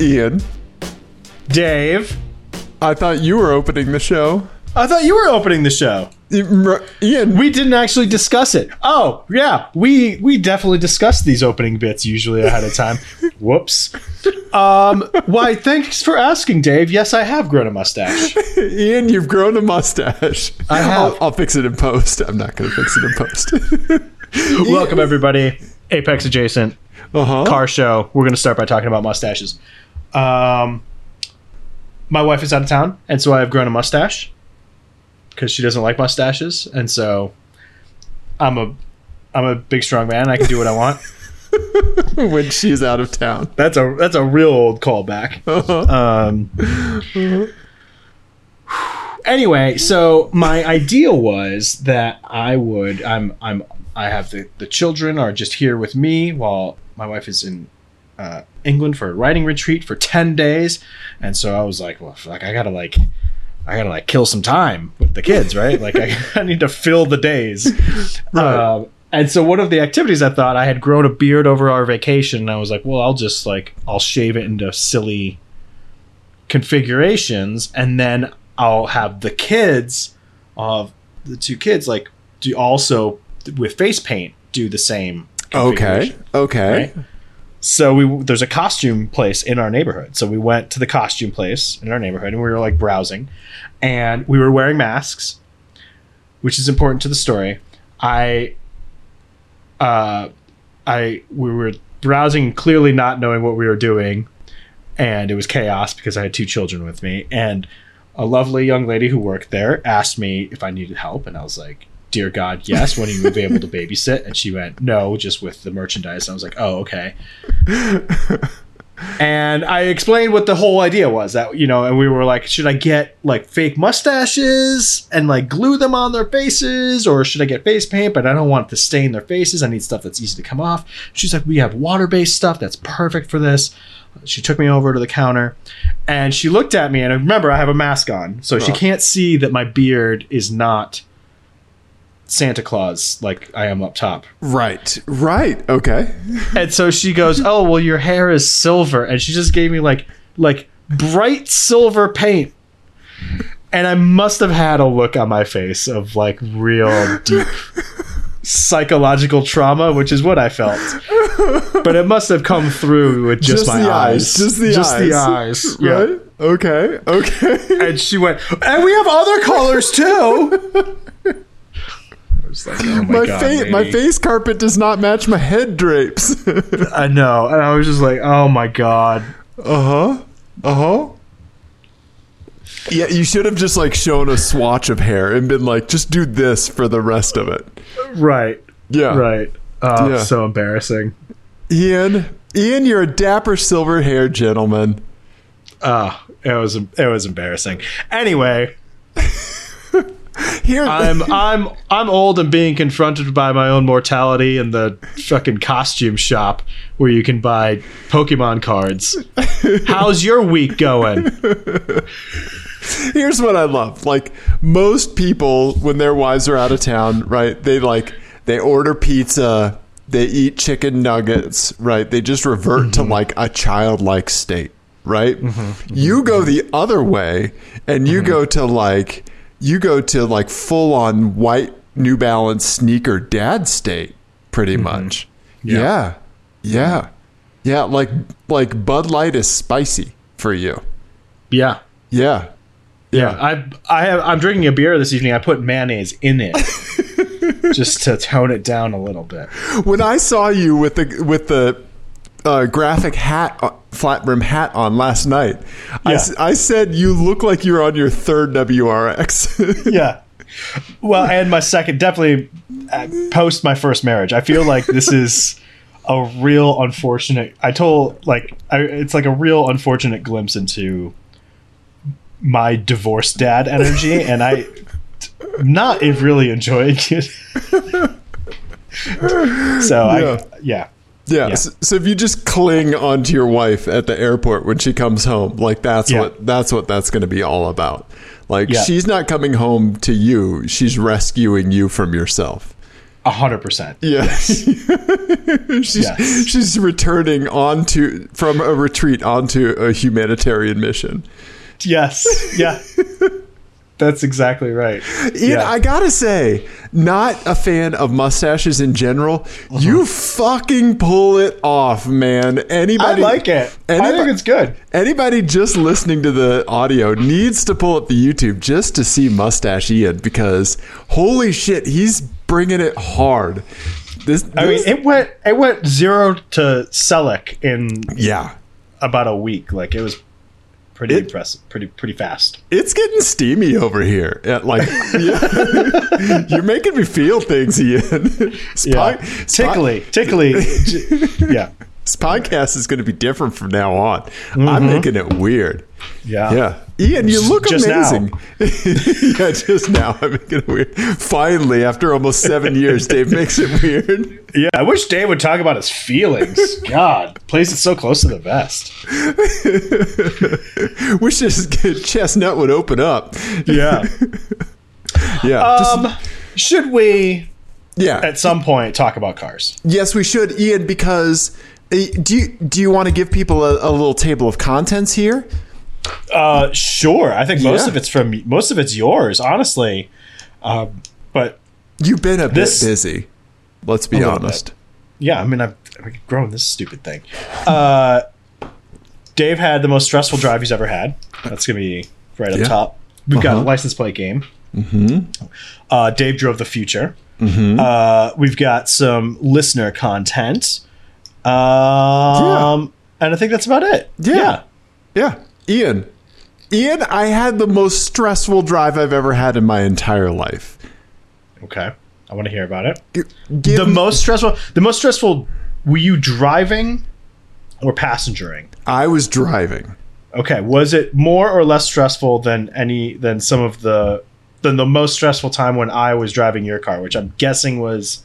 Ian, Dave, I thought you were opening the show. I thought you were opening the show. You- m- Ian, We didn't actually discuss it. Oh, yeah, we we definitely discussed these opening bits usually ahead of time. Whoops. Um, why? Thanks for asking, Dave. Yes, I have grown a mustache. Ian, you've grown a mustache. I have. I'll, I'll fix it in post. I'm not going to fix it in post. Welcome everybody, Apex Adjacent uh huh. Car Show. We're gonna start by talking about mustaches. Um, my wife is out of town, and so I have grown a mustache because she doesn't like mustaches, and so I'm a I'm a big strong man. I can do what I want. when she's out of town. That's a that's a real old callback. Uh-huh. Um, anyway, so my idea was that I would I'm I'm I have the the children are just here with me while my wife is in uh, England for a writing retreat for ten days, and so I was like, well, like I gotta like. I gotta like kill some time with the kids, right? Like I, I need to fill the days. Um, and so one of the activities I thought I had grown a beard over our vacation, and I was like, well, I'll just like I'll shave it into silly configurations, and then I'll have the kids of the two kids like do also with face paint do the same. okay. configuration, Okay. right? So we there's a costume place in our neighborhood. So we went to the costume place in our neighborhood, and we were like browsing, and we were wearing masks, which is important to the story. I uh, I we were browsing, clearly not knowing what we were doing, and it was chaos because I had two children with me. And a lovely young lady who worked there asked me if I needed help, and I was like, "Dear God, yes." When you would be able to babysit, and she went, "No, just with the merchandise." And I was like, "Oh, okay." and I explained what the whole idea was that you know, and we were like, "Should I get like fake mustaches and like glue them on their faces, or should I get face paint? But I don't want to stain their faces. I need stuff that's easy to come off." She's like, "We have water-based stuff that's perfect for this." She took me over to the counter and she looked at me and remember I have a mask on, so she Oh. can't see that my beard is not Santa Claus like I am up top. Right. Right. Okay. And so she goes, "Oh, well your hair is silver." And she just gave me like like bright silver paint. And I must have had a look on my face of like real deep psychological trauma, which is what I felt. But it must have come through with just, my the eyes. Just the eyes. Just the eyes. Yeah. Oh Right? Okay. Okay. And she went, and we have other colors too. I was like, oh My, God, fa- my lady. face carpet does not match my head drapes. uh I know. And I was just like, oh my God. huh. Uh huh. Yeah, you should have just like shown a swatch of hair and been like, just do this for the rest of it. Right. Yeah. Right. Oh, Uh, Yeah. so embarrassing. Ian, Ian, you're a dapper silver hair gentleman. Oh, it was it was embarrassing. Anyway, Here, I'm I'm I'm old and being confronted by my own mortality in the fucking costume shop where you can buy Pokemon cards. How's your week going? here's what I love. Like most people, when their wives are out of town, right? They like they order pizza, they eat chicken nuggets, right? They just revert to like a childlike state, right? You go the other way, and you go to like you go to like full on white New Balance sneaker dad state, pretty much. Mm-hmm. Yeah. yeah, yeah, Like like Bud Light is spicy for you. Yeah. Yeah. Yeah, I I have, I'm drinking a beer this evening. I put mayonnaise in it just to tone it down a little bit. when I saw you with the with the uh, graphic hat, uh, flat brim hat on last night, I s Yeah. I I, said you look like you're on your third WRX. Yeah. Well, and my second definitely uh, post my first marriage. I feel like this is a real unfortunate. I told like I, it's like a real unfortunate glimpse into my divorced dad energy, and I not if really enjoying it. so Yeah. I yeah. yeah. Yeah. s- So, if you just cling onto your wife at the airport when she comes home, like that's Yeah. what that's what that's going to be all about. Like Yeah. she's not coming home to you; she's rescuing you from yourself. A hundred percent. Yes. she's Yes. she's returning onto from a retreat onto a humanitarian mission. Yes. Yeah. That's exactly right. Ian, Yeah. I gotta say, not a fan of mustaches in general. Uh-huh. You fucking pull it off, man. I Anybody like it. I anybody- think it's good. Anybody just listening to the audio needs to pull up the YouTube just to see Mustache Ian because holy shit, he's bringing it hard. This, I mean, this- it went it went zero to Selleck in yeah, about a week. Like it was pretty It- impressive, pretty pretty fast. it's getting steamy over here. At like, yeah. you're making me feel things, Ian. This Yeah, pod- this pod- tickly, tickly. J- yeah, This podcast is going to be different from now on. I'm making it weird. Mm-hmm. yeah, Yeah. Ian, you look Just now. amazing. yeah, just now. I'm making it weird. Finally, after almost seven years, Dave makes it weird. Yeah, I wish Dave would talk about his feelings. God, plays it so close to the vest. Wish this chestnut would open up. Yeah. Yeah. just- Um, should we yeah. at some point talk about cars? Yes, we should, Ian, because uh, do you, do you want to give people a, a little table of contents here? Uh, sure. I think most Yeah. of it's from most of it's yours, honestly. Um, but You've been a This- bit busy. Let's be little honest. yeah, I mean, I've, I've grown this stupid thing. Uh, Dave had the most stressful drive he's ever had. That's gonna be right up Yeah. top. We've got a Uh-huh. license plate game. Mm-hmm. Uh, Dave drove the future. Mm-hmm. Uh, we've got some listener content. Um, and I think that's about it. Yeah. Yeah, Ian. Ian, I had the most stressful drive I've ever had in my entire life. Okay. I want to hear about it. G- Give The most stressful. The most stressful. Were you driving or passengering? I was driving. Okay, was it more or less stressful than any than some of the than the most stressful time when I was driving your car, which I'm guessing was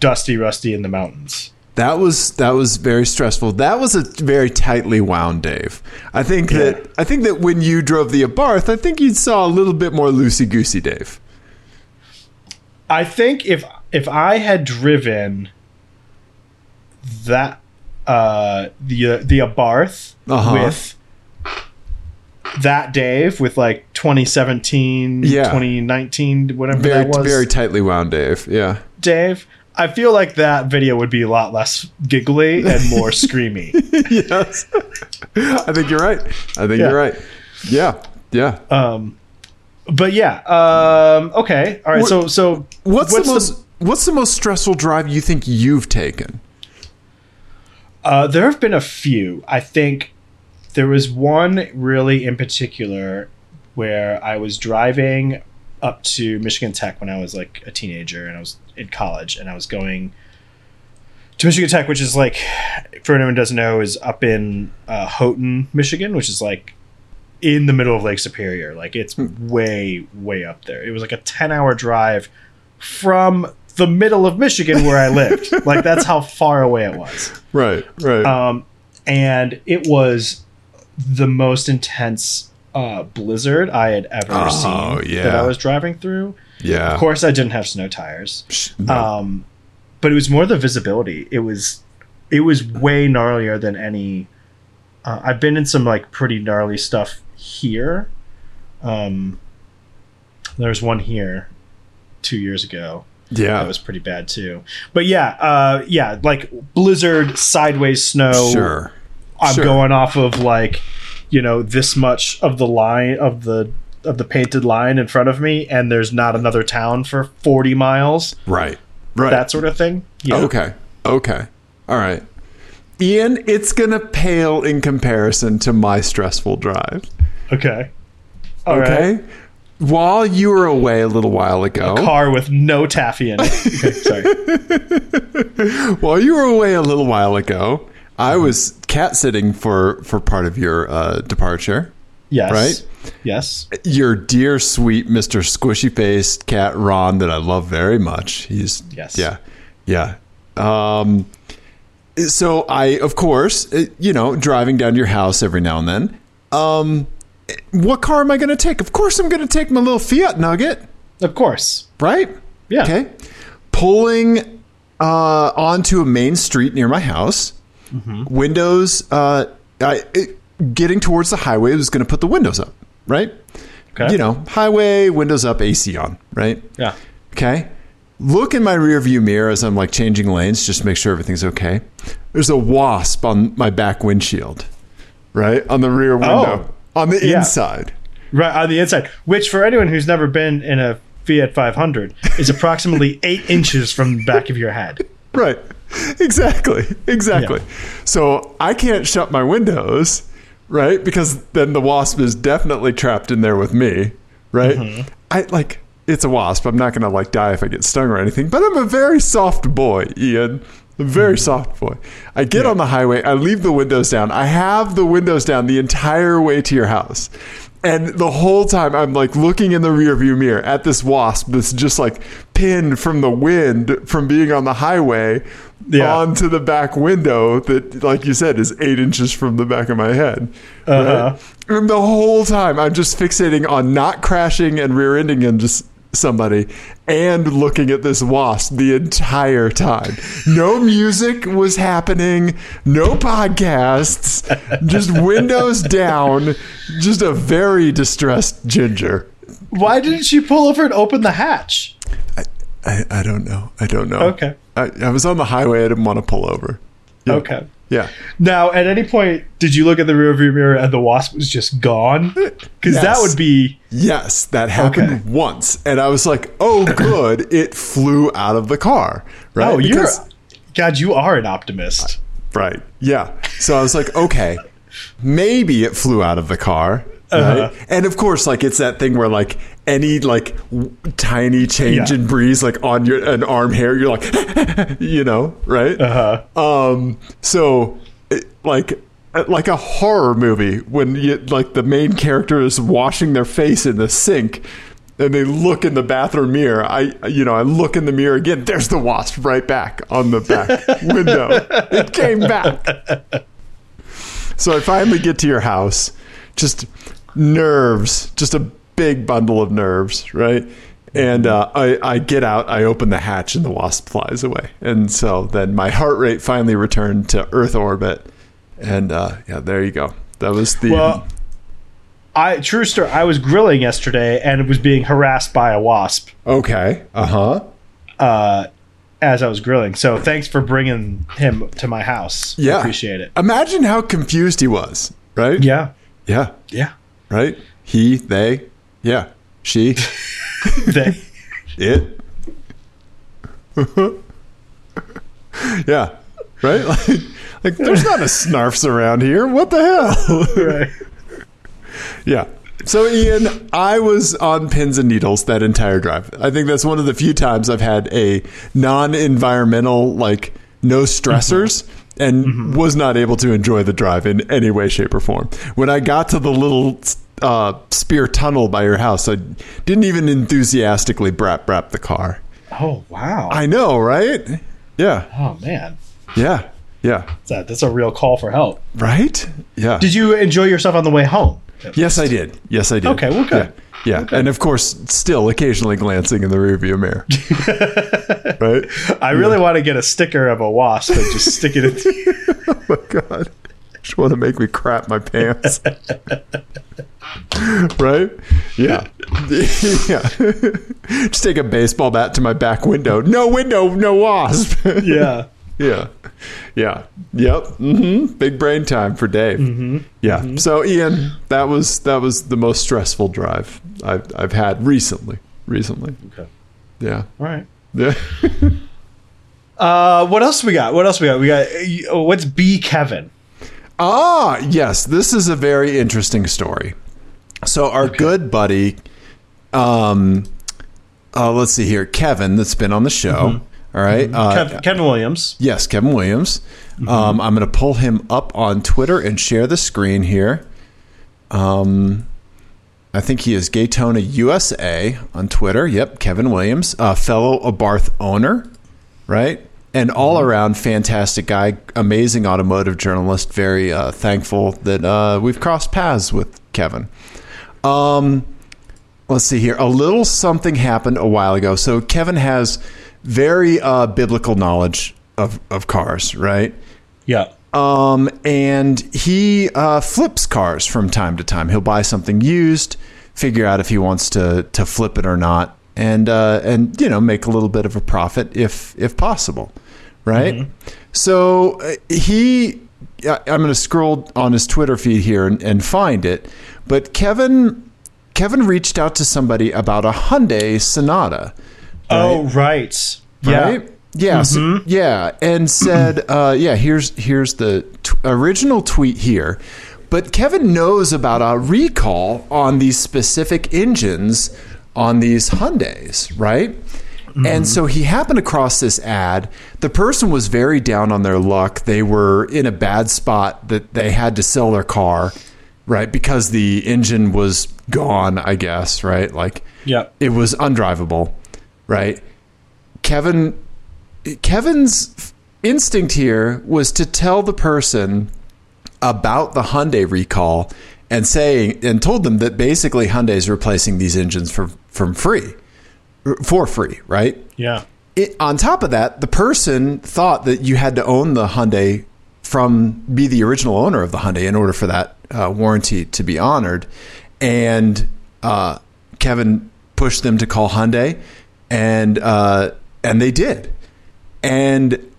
dusty, rusty in the mountains. That was that was very stressful. That was a very tightly wound Dave. I think that I think that when you drove the Abarth, I think you saw a little bit more loosey goosey Dave. I think if if I had driven that uh the the Abarth Uh-huh. with that Dave with like 2017, Yeah. 2019, whatever Very that was. very tightly wound Dave. Yeah. Dave, I feel like that video would be a lot less giggly and more screamy. yes. I think you're right. I think Yeah. you're right. Yeah. Yeah. Um, but yeah, um, okay, all right. What- so so what's, the most what's the most stressful drive you think you've taken? uh, there have been a few. I think there was one really in particular where I was driving up to Michigan Tech when I was like a teenager and I was in college and I was going to Michigan Tech, which is like for anyone who doesn't know is up in uh, Houghton, Michigan, which is like in the middle of Lake Superior. Like it's way way up there. It was like a ten hour drive from the middle of Michigan where I lived. like that's how far away it was. Right. Right. Um, and it was the most intense uh, blizzard I had ever Oh, seen that yeah. Uh-huh. I was driving through. yeah. Of course, I didn't have snow tires, No. um, but it was more the visibility. It was it was way gnarlier than any. Uh, I've been in some like pretty gnarly stuff here. Um, there was one here two years ago yeah. that was pretty bad too. But yeah, uh, yeah, like blizzard, sideways snow, sure. I'm Sure. going off of like, you know, this much of the line of the of the painted line in front of me, and there's not another town for 40 miles, Right. Right. Oh, that sort of thing. Yeah. Okay. Okay. All right. Ian, it's going to pale in comparison to my stressful drive. Okay. All right. Okay? While you were away a little while ago, Car with no taffy in it. Okay, sorry. while you were away a little while ago, I Mm-hmm. was cat sitting for for part of your uh, departure. Yes. Right? Yes. Your dear sweet Mr. Squishy Faced cat Ron that I love very much. He's Yes. Yeah. Yeah. Um so I of course, uh, you know, driving down to your house every now and then. Um what car am I going to take? Of course I'm going to take my little Fiat Nugget, Of course. right? Yeah. Okay. pulling uh, onto a main street near my house. Mm-hmm. Windows, uh, I, it, getting towards the highway, I was going to put the windows up, right? Okay. You know, highway, windows up, AC on, right? Yeah. Okay. Look in my rearview mirror as I'm like changing lanes just to make sure everything's okay. There's a wasp on my back windshield, right? On the rear window, on the Oh. Yeah. inside. Right on the inside, which for anyone who's never been in a Fiat 500 is approximately eight inches from the back of your head. Right. Exactly. Exactly. So I can't shut my windows, right? Because then the wasp is definitely trapped in there with me, right? I like it's a wasp. I'm not gonna like die if I get stung or anything, but I'm a very soft boy, Ian. A very soft boy. I get on the highway, I leave the windows down. I have the windows down the entire way to your house. And the whole time I'm like looking in the rearview mirror at this wasp that's just like pinned from the wind from being on the highway Yeah. onto the back window that, like you said, is eight inches from the back of my head. Uh-huh. Right? And the whole time I'm just fixating on not crashing and rear ending into s- somebody and looking at this wasp the entire time. No music was happening, no podcasts, just windows down, just a very distressed ginger. Why didn't she pull over and open the hatch? I, I don't know. I don't know. Okay. I, I was on the highway. I didn't want to pull over. Yeah. Okay. Yeah. Now, at any point, did you look at the rearview mirror and the wasp was just gone? Because that Yes. would be Yes, that happened Okay. once, and I was like, "Oh, good! It flew out of the car." Right? oh, you're Uh, Because- God, you are an optimist. right. Yeah. So I was like, "Okay, maybe it flew out of the car." Right? Uh-huh. And of course, like it's that thing where like any like w- tiny change Yeah. in breeze, like on your an arm hair, you're like, you know, right? Uh, Um, so it, like uh, like a horror movie when you, like the main character is washing their face in the sink and they look in the bathroom mirror i you know i look in the mirror again there's the wasp right back on the back window it came back so i finally get to your house just nerves just a big bundle of nerves right and uh, I, I get out i open the hatch and the wasp flies away and so then my heart rate finally returned to earth orbit and uh, yeah there you go that was the well, I true story. I was grilling yesterday and was being harassed by a wasp okay uh-huh uh, as I was grilling. So thanks for bringing him to my house. I Yeah. appreciate it. Imagine how confused he was, right? Yeah, Yeah. yeah. Right? He, they, yeah. She, They- it. yeah. Right? Like, like, there's not a snarfs around here. What the hell? right. yeah. So, Ian, I was on pins and needles that entire drive. I think that's one of the few times I've had a non environmental, like, no stressors. And was not able to enjoy the drive in any way, shape, or form. When I got to the little uh, spear tunnel by your house, I didn't even enthusiastically brap brap the car. Oh wow. I know, right? Yeah, oh man, yeah, yeah. that, that's a real call for help. Right? Yeah. Did you enjoy yourself on the way home? Yes, I did. Yes, I did. Okay, well, good. Yeah, yeah. and of course, still occasionally glancing in the rearview mirror. right? I really want to get a sticker of a wasp and just stick it in. Oh my god, just want to make me crap my pants. right? Yeah, yeah. just take a baseball bat to my back window. No window, no wasp. yeah. yeah, yeah, yep. hmm Big brain time for Dave. Mm-hmm. Yeah. So Ian, that was that was the most stressful drive I've I've had recently. Recently. Okay. Yeah. All right. Yeah. Uh, what else we got? What else we got? We got uh, what's B Kevin? Ah, yes. This is a very interesting story. So our good buddy, um, uh, let's see here, Kevin, that's been on the show. all right. Uh, Kev- Kevin Williams. Yes, Kevin Williams. Um, I'm going to pull him up on Twitter and share the screen here. Um, I think he is Gaytona USA on Twitter. Yep, Kevin Williams, a fellow Abarth owner, right? An all around fantastic guy, amazing automotive journalist. Very uh, thankful that uh, we've crossed paths with Kevin. Um, let's see here. A little something happened a while ago. So Kevin has very uh, biblical knowledge of, of cars, right? Yeah. Um, and he uh, flips cars from time to time. He'll buy something used, figure out if he wants to to flip it or not, and uh, and you know make a little bit of a profit if if possible, right? So uh, he, I, I'm going to scroll on his Twitter feed here and, and find it, but Kevin Kevin reached out to somebody about a Hyundai Sonata Oh, right. Yeah. right? Yeah, so- yeah, and said, uh, "Yeah, here's here's the t- original tweet here." But Kevin knows about a recall on these specific engines on these Hyundai's, right? And so he happened across this ad. The person was very down on their luck. They were in a bad spot that they had to sell their car, right? Because the engine was gone, I guess, right? Like Yeah. it was undrivable, right? Kevin Kevin's f- instinct here was to tell the person about the Hyundai recall and saying and told them that basically Hyundai is replacing these engines for from free r- for free, right? Yeah. It, on top of that, the person thought that you had to own the Hyundai from be the original owner of the Hyundai in order for that uh, warranty to be honored, and uh, Kevin pushed them to call Hyundai, and uh, and they did, and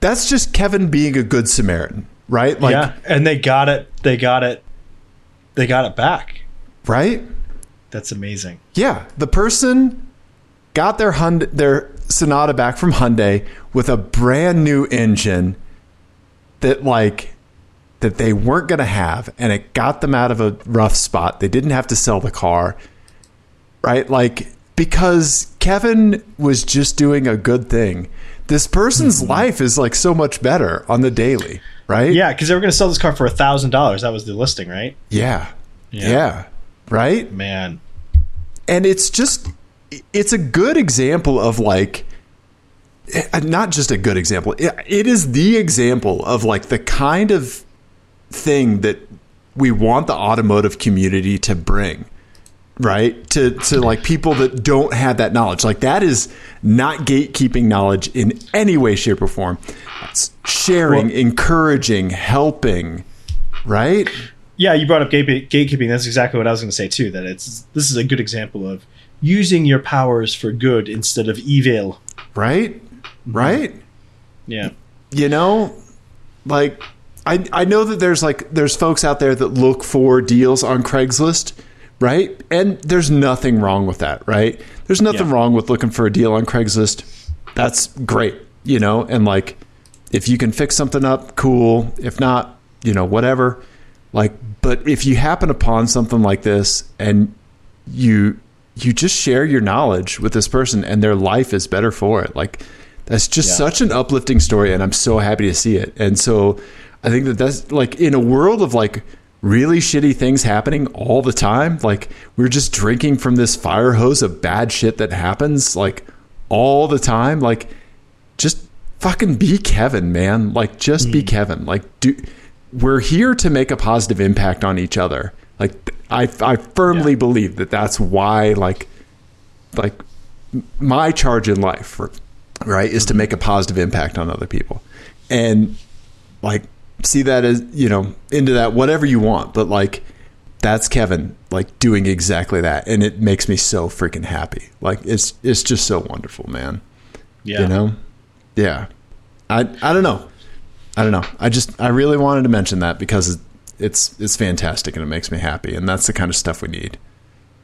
that's just Kevin being a good Samaritan, right? Like, yeah. And they got it. They got it. They got it back. right? That's amazing. Yeah, the person got their Hyundai, their Sonata back from Hyundai with a brand new engine that like that they weren't going to have and it got them out of a rough spot. They didn't have to sell the car. Right? Like because Kevin was just doing a good thing. This person's life is like so much better on the daily, right? Mm-hmm. Yeah, because they were going to sell this car for a thousand dollars. That was the listing, right? Yeah. Yeah. yeah. Right? Man. and it's just it's a good example of like eh, not just a good example it- it is the example of like the kind of thing that we want the automotive community to bring right to to like people that don't have that knowledge like that is not gatekeeping knowledge in any way shape or form it's sharing encouraging helping right Yeah, you brought up gate- gatekeeping. That's exactly what I was going to say too. That it's this is a good example of using your powers for good instead of evil. right right Yeah. you know, like I I know that there's like there's folks out there that look for deals on Craigslist, right? And there's nothing wrong with that, right? There's nothing Yeah. wrong with looking for a deal on Craigslist. That's great, you know, and like if you can fix something up, cool. If not, you know, whatever. Like but if you happen upon something like this and you you just share your knowledge with this person and their life is better for it like that's just Yeah. such an uplifting story and i'm so happy to see it and so i think that that's like in a world of like really shitty things happening all the time like we're just drinking from this fire hose of bad shit that happens like all the time like just fucking be Kevin, man. Like just be Kevin. Like do we're here to make a positive impact on each other. Like th- I I firmly Yeah. believe that that's why like like m- my charge in life, r- right, is to make a positive impact on other people. And like see that as, you know, into that whatever you want, but like that's Kevin like doing exactly that and it makes me so freaking happy. Like it's it's just so wonderful, man Yeah. you know yeah i i don't know i don't know i just i really wanted to mention that because it's it's fantastic and it makes me happy and that's the kind of stuff we need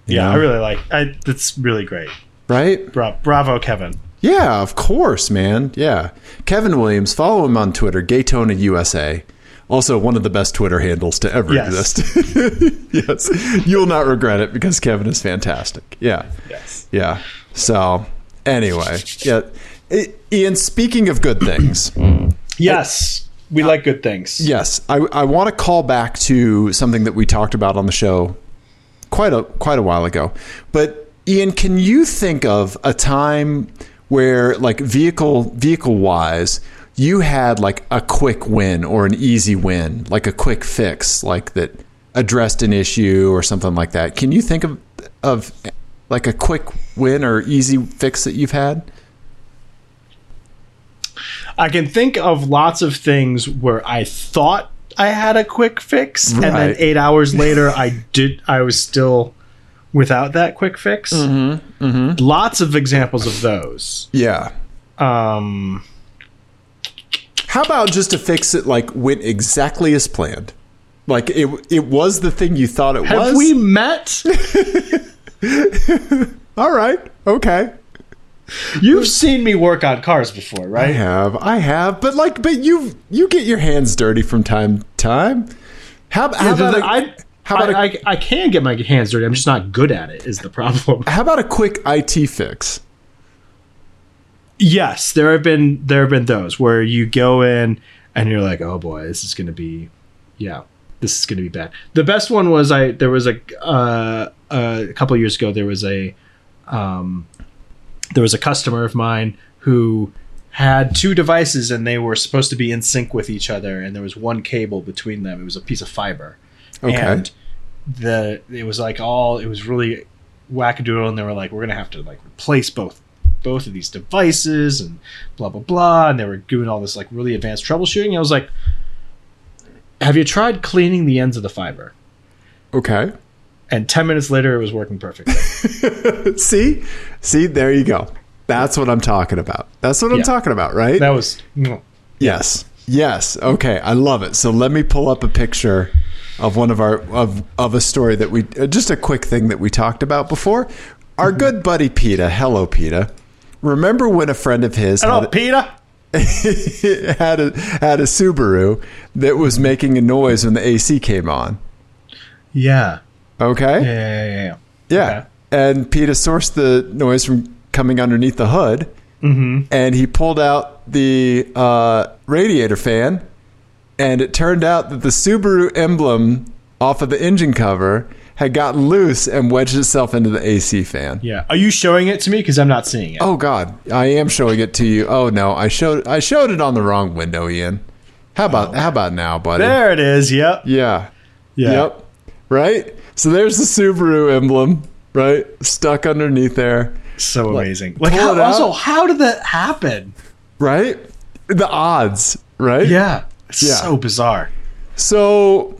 you yeah, know? I really like. I that's really great. right Bra- bravo, Kevin. yeah of course man yeah kevin williams follow him on twitter gaytona usa also one of the best twitter handles to ever Yes. exist yes you'll not regret it because kevin is fantastic yeah Yes. Yeah. So anyway, yeah. I- Ian, speaking of good things, Yes, we like good things. yes, I, I want to call back to something that we talked about on the show quite a quite a while ago. But Ian, can you think of a time where like vehicle vehicle wise you had like a quick win or an easy win, like a quick fix, like that addressed an issue or something like that? Can you think of of like a quick win or easy fix that you've had? I can think of lots of things where I thought I had a quick fix, and then Right. eight hours later, I did. I was still without that quick fix. Mm-hmm, Lots of examples of those. Yeah. Um, How about just a fix that like went exactly as planned? Like it it was the thing you thought it have was. we met? All right. Okay. You've seen me work on cars before, I right? have. I have. But like but you you get your hands dirty from time to time. How, how about a- I, how about I, I- I can get my hands dirty. I'm just not good at it. Is the problem? how about a quick IT fix? yes, there have been there have been those where you go in and you're like, oh boy, this is gonna be, yeah, this is gonna be bad. The best one was I there was a uh, a couple years ago there was a um, there was a customer of mine who had two devices and they were supposed to be in sync with each other and there was one cable between them. It was a piece of fiber. Okay. And the it was like all it was really wackadoodle and they were like, we're gonna have to like replace both both of these devices and blah blah blah. And they were doing all this like really advanced troubleshooting. I was like, have you tried cleaning the ends of the fiber? Okay. And ten minutes later, it was working perfectly. See? See, there you go. That's what I'm talking about. That's what I'm Yeah. talking about, right? That was mwah. Yes. Yes. Okay. I love it. So let me pull up a picture of one of our of of a story that we uh, just a quick thing that we talked about before. Mm-hmm. Our good buddy Peta, hello Peta. Remember when a friend of his hello, had, Peter. had a had a Subaru that was making a noise when the AC came on? Yeah. Okay? Yeah. Yeah. yeah, yeah. Yeah. And Peta sourced the noise from coming underneath the hood. Mm-hmm. And he pulled out the uh, radiator fan. And it turned out that the Subaru emblem off of the engine cover had gotten loose and wedged itself into the AC fan. Yeah. Are you showing it to me? Because I'm not seeing it. Oh God, I am showing it to you. Oh no, I showed I showed it on the wrong window, Ian. How about how about now, buddy? Oh. There it is. Yep. Yeah. Yeah. Yep. Right? So there's the Subaru emblem, right? Stuck underneath there. So amazing. Like, pull how, it out. also, how did that happen? right? The odds, right? Yeah. It's Yeah. so bizarre. So,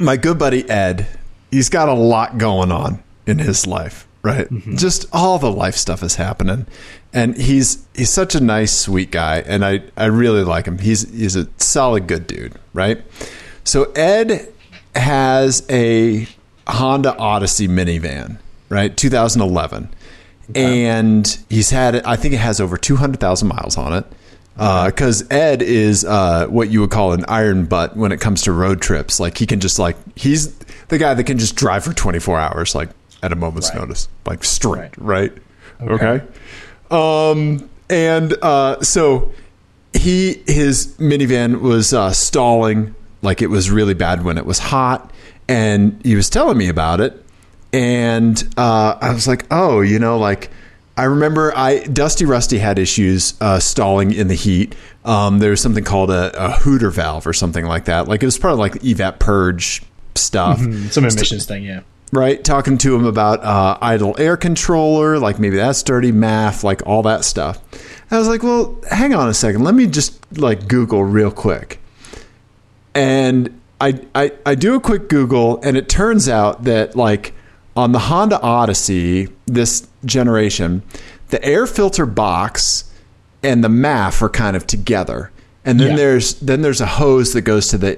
my good buddy Ed, he's got a lot going on in his life, right? Just all the life stuff is happening, and he's he's such a nice, sweet guy, and I I really like him. He's he's a solid, good dude, right? So Ed has a Honda Odyssey minivan, right? 2011. And he's had it, I think it has over 200,000 miles on it. Because Ed is uh, what you would call an iron butt when it comes to road trips. Like, he can just, like, he's the guy that can just drive for 24 hours, like, at a moment's Right. notice, like, straight, right? Okay. okay? Um, and uh, so he his minivan was uh, stalling like it was really bad when it was hot and he was telling me about it and uh, i was like oh you know like i remember i dusty rusty had issues uh, stalling in the heat um, there was something called a, a hooter valve or something like that like it was part of like the evap purge stuff Some emissions thing, yeah. right? Talking to him about uh, idle air controller, like maybe that's dirty math, like all that stuff. I was like, well, hang on a second. Let me just like Google real quick. And I, I, I do a quick Google, and it turns out that like on the Honda Odyssey, this generation, the air filter box and the MAF are kind of together. And then Yeah. there's then there's a hose that goes to the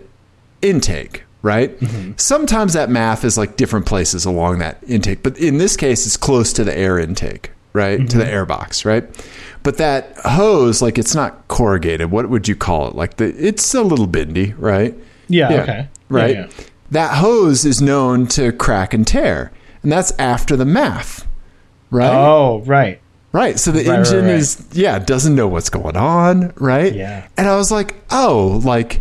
intake, right? Mm-hmm. Sometimes that math is like different places along that intake, but in this case, it's close to the air intake, right? To the Mm-hmm. air box, right? But that hose, like it's not corrugated. What would you call it? Like the, it's a little bendy, right? Yeah, okay. Right? Yeah, yeah. That hose is known to crack and tear, and that's after the math, right? Oh, right. Right. So the right, engine right. is yeah, doesn't know what's going on, right? Yeah. And I was like, oh, like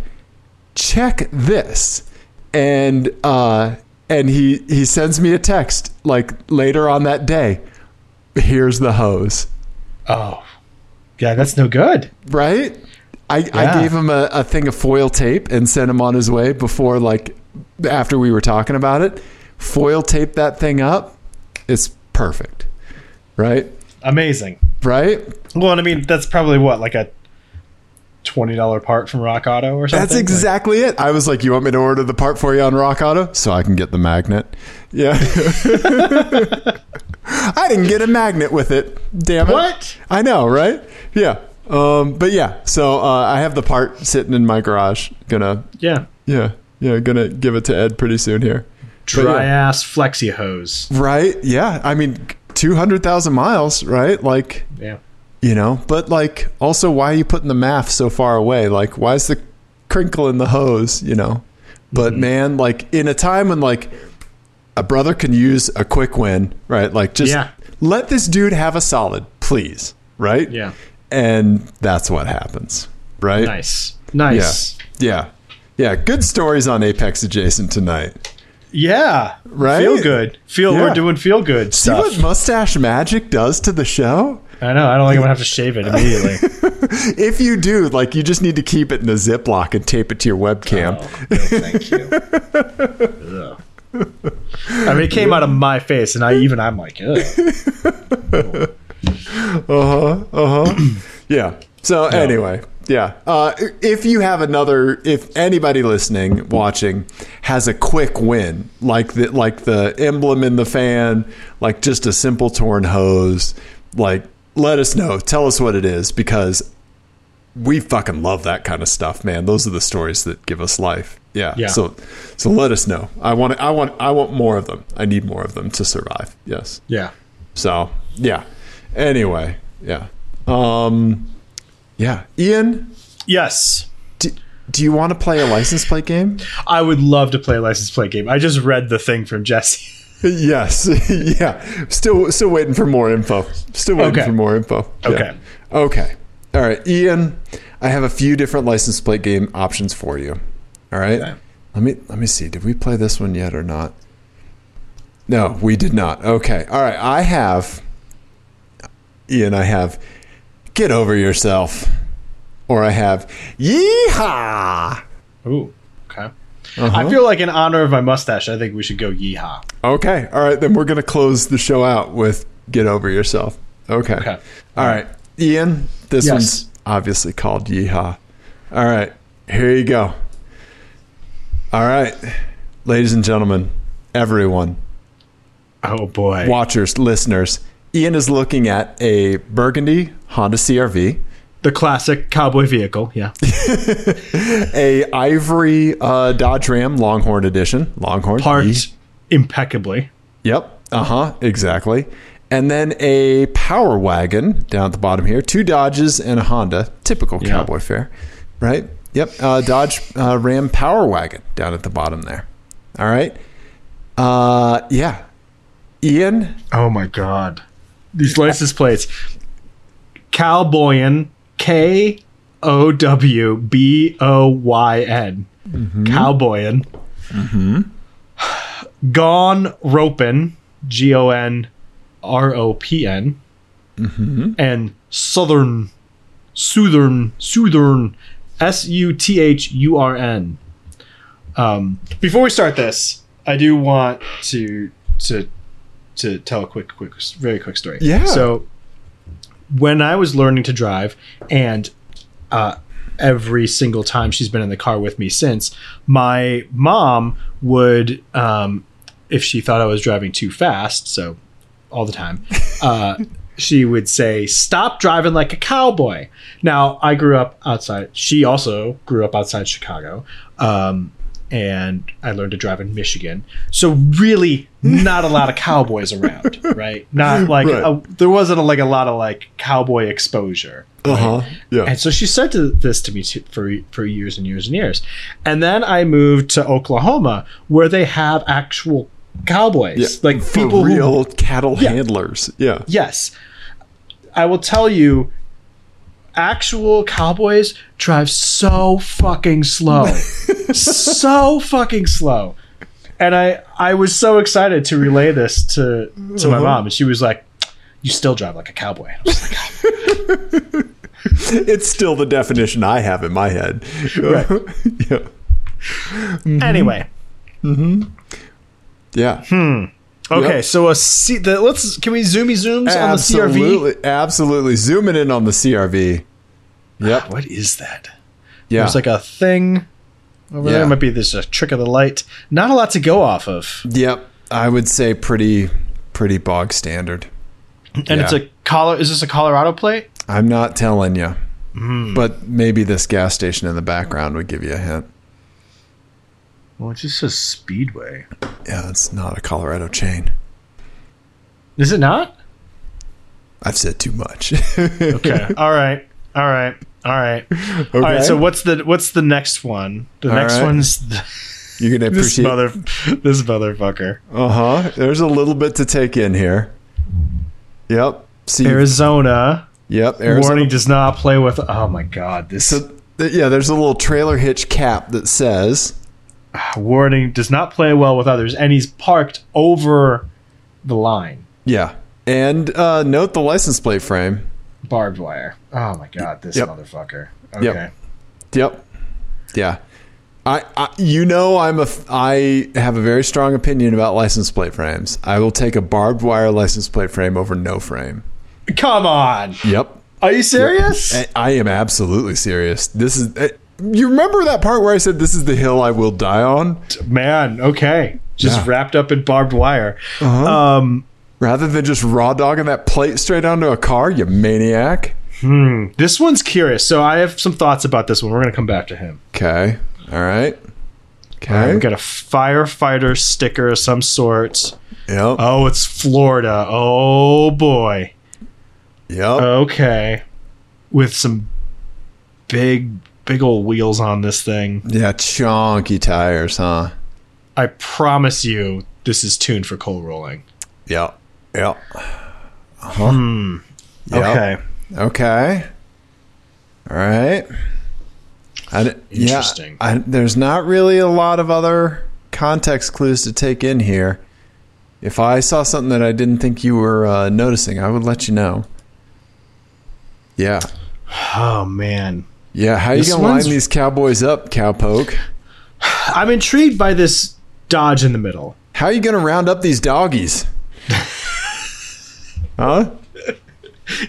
check this. And uh and he he sends me a text like later on that day. Here's the hose. Oh. Yeah, that's no good. Right? I, I Yeah. gave him a, a thing of foil tape and sent him on his way before like after we were talking about it. Foil tape that thing up. It's perfect. Right? Amazing. Right? Well, and I mean, that's probably what, like a $20 part from Rock Auto or something? That's exactly it. I was like, "You want me to order the part for you on Rock Auto so I can get the magnet?" Yeah. I didn't get a magnet with it. Damn it. What? I know, right? Yeah. Um, but yeah, so uh, I have the part sitting in my garage. Gonna Yeah. yeah yeah gonna give it to Ed pretty soon here. But Dry yeah. ass flexi hose. Right? Yeah. I mean, two hundred thousand miles. Right? Like Yeah. you know. But like, also, why are you putting the math so far away? Like, why is the crinkle in the hose? You know. But Mm-hmm. man, like in a time when like a brother can use a quick win, right? Like just Yeah. let this dude have a solid, please. Right? Yeah. And that's what happens. Right? Nice. Nice. Yeah. Yeah. Good stories on Apex Adjacent tonight. Yeah. Right? Feel good. Feel Yeah. we're doing feel good See stuff. what mustache magic does to the show? I know. I don't think I'm gonna have to shave it immediately. If you do, like, you just need to keep it in a Ziploc and tape it to your webcam. no, Oh, thank you. Ugh. I mean, it came out of my face, and I even I'm like, Ugh. Uh huh. Uh huh. yeah. So anyway, yeah. Uh, if you have another, if anybody listening, watching, has a quick win like the like the emblem in the fan, like just a simple torn hose, like let us know. Tell us what it is because we fucking love that kind of stuff, man. Those are the stories that give us life. Yeah. Yeah. So so let us know. I want I want I want more of them. I need more of them to survive. Yes. yeah, So yeah. Anyway, yeah. Um, yeah. Ian, yes. do, do you want to play a license plate game? I would love to play a license plate game. I just read the thing from Jesse. yes. yeah. Still, still waiting for more info. Still waiting Okay. for more info. Yeah. Okay. Okay. All right, Ian. I have a few different license plate game options for you. All right. Okay. Let me let me see. Did we play this one yet or not? No, we did not. Okay. All right. I have. Ian, I have. Get over yourself. Or I have. Yeehaw. Ooh, okay. Uh-huh. I feel like in honor of my mustache, I think we should go yeehaw. Okay. All right. Then we're going to close the show out with get over yourself. Okay. Okay. All right. Ian, this Yes. one's obviously called Yeehaw. All right. Here you go. All right. Ladies and gentlemen, everyone, Oh boy. watchers, listeners, Ian is looking at a burgundy Honda CRV, The classic cowboy vehicle. Yeah. a ivory uh, Dodge Ram Longhorn edition. Longhorn. Parked Yee- impeccably. Yep. Uh huh. Exactly. And then a power wagon down at the bottom here. Two Dodges and a Honda. Typical Yeah. cowboy fare, right? Yep. Uh, Dodge uh, Ram power wagon down at the bottom there. All right. Uh, yeah. Ian. Oh my god. These license plates. Cowboyan K O W B O Y N. Cowboyan. Gone Ropin. G O N R O P N. And Southern. Southern. Southern. S U T H U R N. Um, before we start this, I do want to to to tell a quick, quick, very quick story. Yeah. So when I was learning to drive, and uh, every single time she's been in the car with me since, my mom would, um, if she thought I was driving too fast, so all the time, uh, she would say, "Stop driving like a cowboy." Now I grew up outside. She also grew up outside Chicago. Um, and I learned to drive in Michigan. So really, not a lot of cowboys around, right? Not like Right. a, there wasn't like a lot of like cowboy exposure. Uh Uh-huh. huh. Yeah. And so she said to this to me t- for for years and years and years, and then I moved to Oklahoma where they have actual cowboys, like For people who real cattle handlers. Yeah. Yes. I will tell you, actual cowboys drive so fucking slow. so fucking slow. And I, I was so excited to relay this to, to my Uh-huh. mom, and she was like, You still drive like a cowboy. And I was like, It's still the definition I have in my head. Right. yeah. Anyway, Hmm. Yeah. Okay, so a C, the, let's can we zoomy zooms on the Absolutely, absolutely. Zooming in on the CRV. CRV? Yep. What is that? Yeah. There's like a thing over Yeah. there. Might be this a trick of the light. Not a lot to go off of, yep. I would say pretty, pretty bog standard. and it's Yeah. a color. Is this a Colorado plate? I'm not telling you, Hmm. but maybe this gas station in the background would give you a hint. Well, it just says Speedway. Yeah, it's not a Colorado chain. Is it not? I've said too much. Okay. all right. All right. All right. All right. So what's the what's the next one? The All next right. one's the, you're gonna this appreciate? mother this motherfucker. uh huh. There's a little bit to take in here. Yep. See. Arizona, yep. Arizona. warning does not play with. Oh my god! This So th- yeah, there's a little trailer hitch cap that says warning does not play well with others, and he's parked over the line, yeah, and uh, note the license plate frame. barbed wire. Oh my god! This Yep. motherfucker. Okay. Yep. Yep. Yeah. I, I you know I'm a f- I have a very strong opinion about license plate frames. I will take a barbed wire license plate frame over no frame. Come on. Yep. Are you serious? I, I am absolutely serious. This is eh, you remember that part where I said this is the hill I will die on? Man. Okay. Yeah. Just Uh-huh. wrapped up in barbed wire. Um. Rather than just raw dogging that plate straight onto a car, you maniac. hmm, This one's curious. So I have some thoughts about this one. We're gonna come back to him. Uh, Okay. All right. We Okay. got a firefighter sticker of some sort. Yep. Oh, it's Florida. Oh boy. yep. uh, Okay. With some big, big old wheels on this thing. yeah, chonky tires, huh? I promise you, this is tuned for coal rolling. Yep. Yep. Huh? Yep. Hmm. Okay. Okay. All right. I, d- yeah, Interesting. I, there's not really a lot of other context clues to take in here. If I saw something that I didn't think you were uh, noticing, I would let you know. Yeah. Oh man. Yeah. How you This going to line one's- these cowboys up, cowpoke? I'm intrigued by this dodge in the middle. How you going to round up these doggies? huh?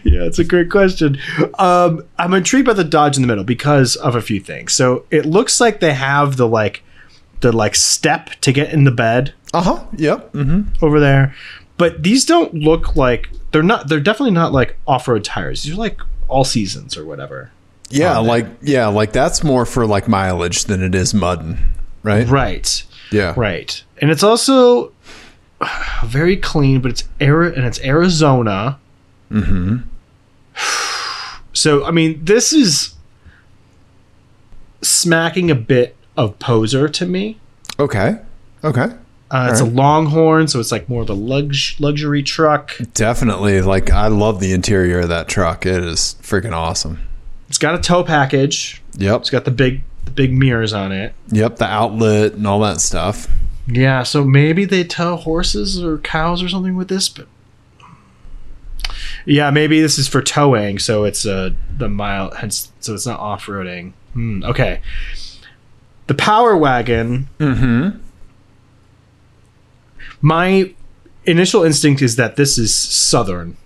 Yeah, it's a great question. Um, I'm intrigued by the dodge in the middle because of a few things. So it looks like they have the like the like step to get in the bed Uh huh. Yep. Mm-hmm. over there. But these don't look like they're not. They're definitely not like off-road tires. These are like all seasons or whatever. Yeah. Like, yeah. Like, that's more for like mileage than it is mudding. Right? Right. Yeah. Right. And it's also very clean, but it's Ari- and it's Arizona. Mm-hmm. So I mean, this is smacking a bit of poser to me. Okay. Okay. Uh, it's a Longhorn, so it's like more of a lux- luxury truck. Definitely. Like, I love the interior of that truck. It is freaking awesome. It's got a tow package. Yep. It's got the big the big mirrors on it. Yep. The outlet and all that stuff. Yeah, so maybe they tow horses or cows or something with this, but yeah, maybe this is for towing, so it's uh, the mile, hence, so it's not off roading. Hmm, okay, the power wagon. Mm My initial instinct is that this is southern.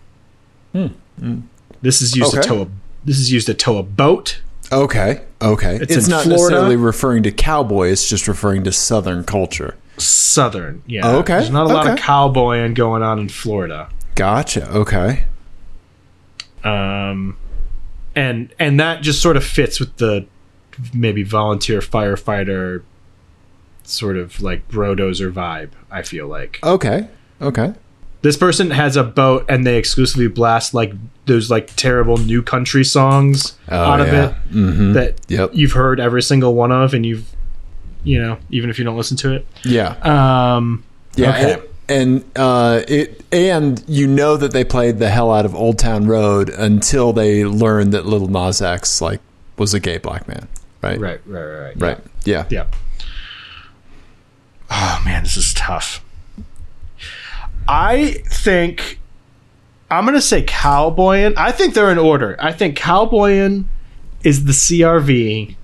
This is used Hmm, Okay. to tow a. This is used to tow a boat. hmm. Okay. Okay. It's, It's in not Florida. necessarily referring to cowboy, it's just referring to Southern culture. Southern, yeah. Okay, There's not a lot of okay. cowboying going on in Florida. Gotcha. Okay. um, and and that just sort of fits with the maybe volunteer firefighter sort of like brodozer vibe. I feel like Okay. Okay. this person has a boat and they exclusively blast like those like terrible new country songs Oh, out of yeah. Mm-hmm. it that Yep. you've heard every single one of, and you've you know even if you don't listen to it. Yeah. Um, Yeah. Okay. And, and uh, it and you know that they played the hell out of Old Town Road until they learned that Little Nas X like was a gay black man, right? right, right, right, right. Right. Yeah. Yeah. Oh man, this is tough. I think I'm gonna say cowboyin. I think they're in order. I think cowboyin is the CRV.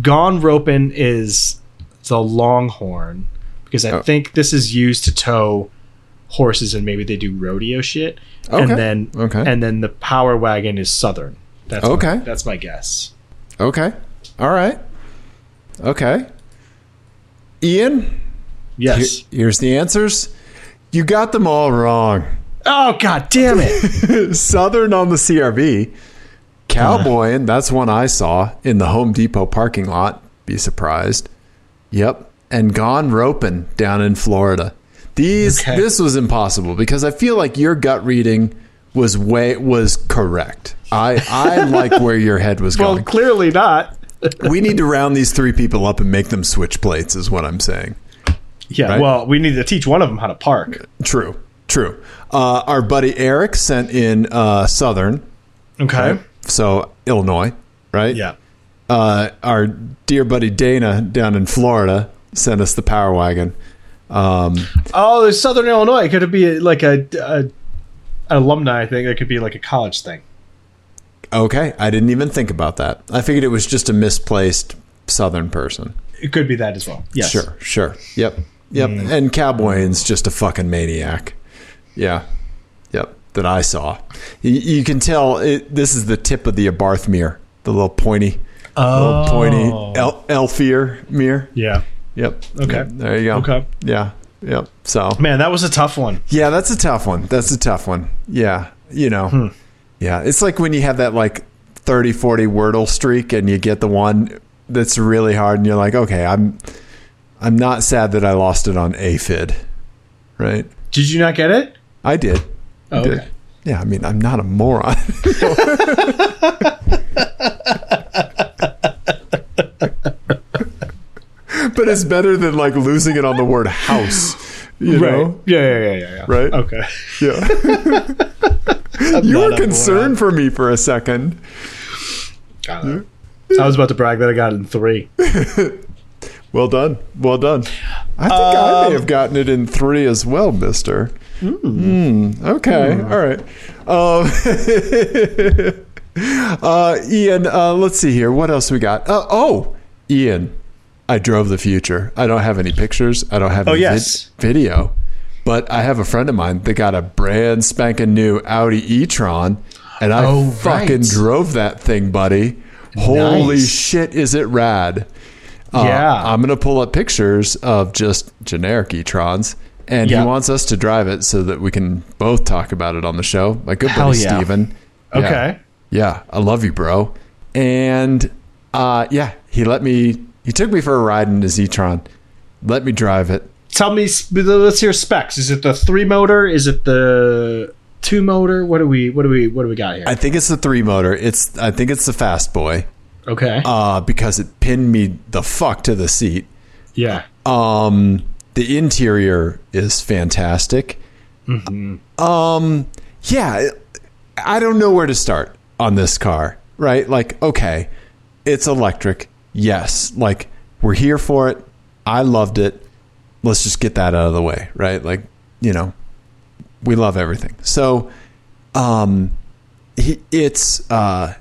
Gone roping is the Longhorn because I Oh. think this is used to tow horses and maybe they do rodeo shit. And Okay. then Okay. and then the power wagon is southern. That's Okay. My, that's my guess. Okay. All right. Okay. Ian, here- Yes. here's the answers. You got them all wrong. oh god damn it. Southern on the CRV. Uh. Cowboy, and that's one I saw in the Home Depot parking lot. Be surprised. Yep. And gone roping down in Florida. These Okay. this was impossible because I feel like your gut reading was way was correct. I I like where your head was well, going. clearly not. We need to round these three people up and make them switch plates is what I'm saying. Yeah. Right? Well, we need to teach one of them how to park. True. True. Uh, our buddy Eric sent in uh, Southern, Okay. so Illinois, right? Yeah. uh, our dear buddy Dana down in Florida sent us the power wagon. Um, Oh, there's Southern Illinois. Could it be like a, a an alumni thing? It could be like a college thing. okay, I didn't even think about that. I figured it was just a misplaced Southern person. It could be that as well. Yes. Mm. Sure, sure. Yep, yep. And Cowboy's just a fucking maniac. Yeah, yep. That I saw. You, you can tell it, this is the tip of the abarthmere, the little pointy, Oh. little pointy el- elf ear mirror. Yeah. Yep. Okay. Yep, There you go. Okay. Yeah. Yep. So. Man, that was a tough one. Yeah, that's a tough one. That's a tough one. Yeah. You know. Yeah, it's like when you have that like 30 40 wordle streak and you get the one that's really hard and you're like, "Okay, I'm I'm not sad that I lost it on AFID." Right? Did you not get it? I did. I Oh, did. okay. Yeah, I mean, I'm not a moron. but it's better than like losing it on the word house, you know? Yeah, yeah, yeah, yeah, yeah. Right? Okay. Yeah. you not were a moron. concerned for me for a second. Got it. I was about to brag that I got it in three. Well done. Well done. I think I Um, may have gotten it in three as well, mister. Hmm. Mm, okay. All right. Um, uh, Ian, uh, let's see here. What else we got? Uh, oh, Ian, I drove the future. I don't have any pictures. I don't have any vid- Oh, yes. video. But I have a friend of mine that got a brand spanking new Audi e-tron. And I Oh, fucking right. drove that thing, buddy. Holy Nice. shit, is it rad. Uh, Yeah. I'm gonna pull up pictures of just generic Etrons, and Yeah. he wants us to drive it so that we can both talk about it on the show. My good Hell buddy yeah. Steven. Yeah. Okay. Yeah, I love you, bro. And uh, yeah, he let me. He took me for a ride in his Etron. Let me drive it. Tell me, sp- let's hear specs. Is it the three motor? Is it the two motor? What do we, what do we, what do we got here? I think it's the three motor. It's I think it's the fast boy okay. uh, because it pinned me the fuck to the seat. yeah. Um, the interior is fantastic. Um, yeah, I don't know where to start on this car, right? Like, okay, it's electric. Yes, like we're here for it. I loved it. Let's just get that out of the way, right? Like, you know, we love everything. So, um, he- it's uh,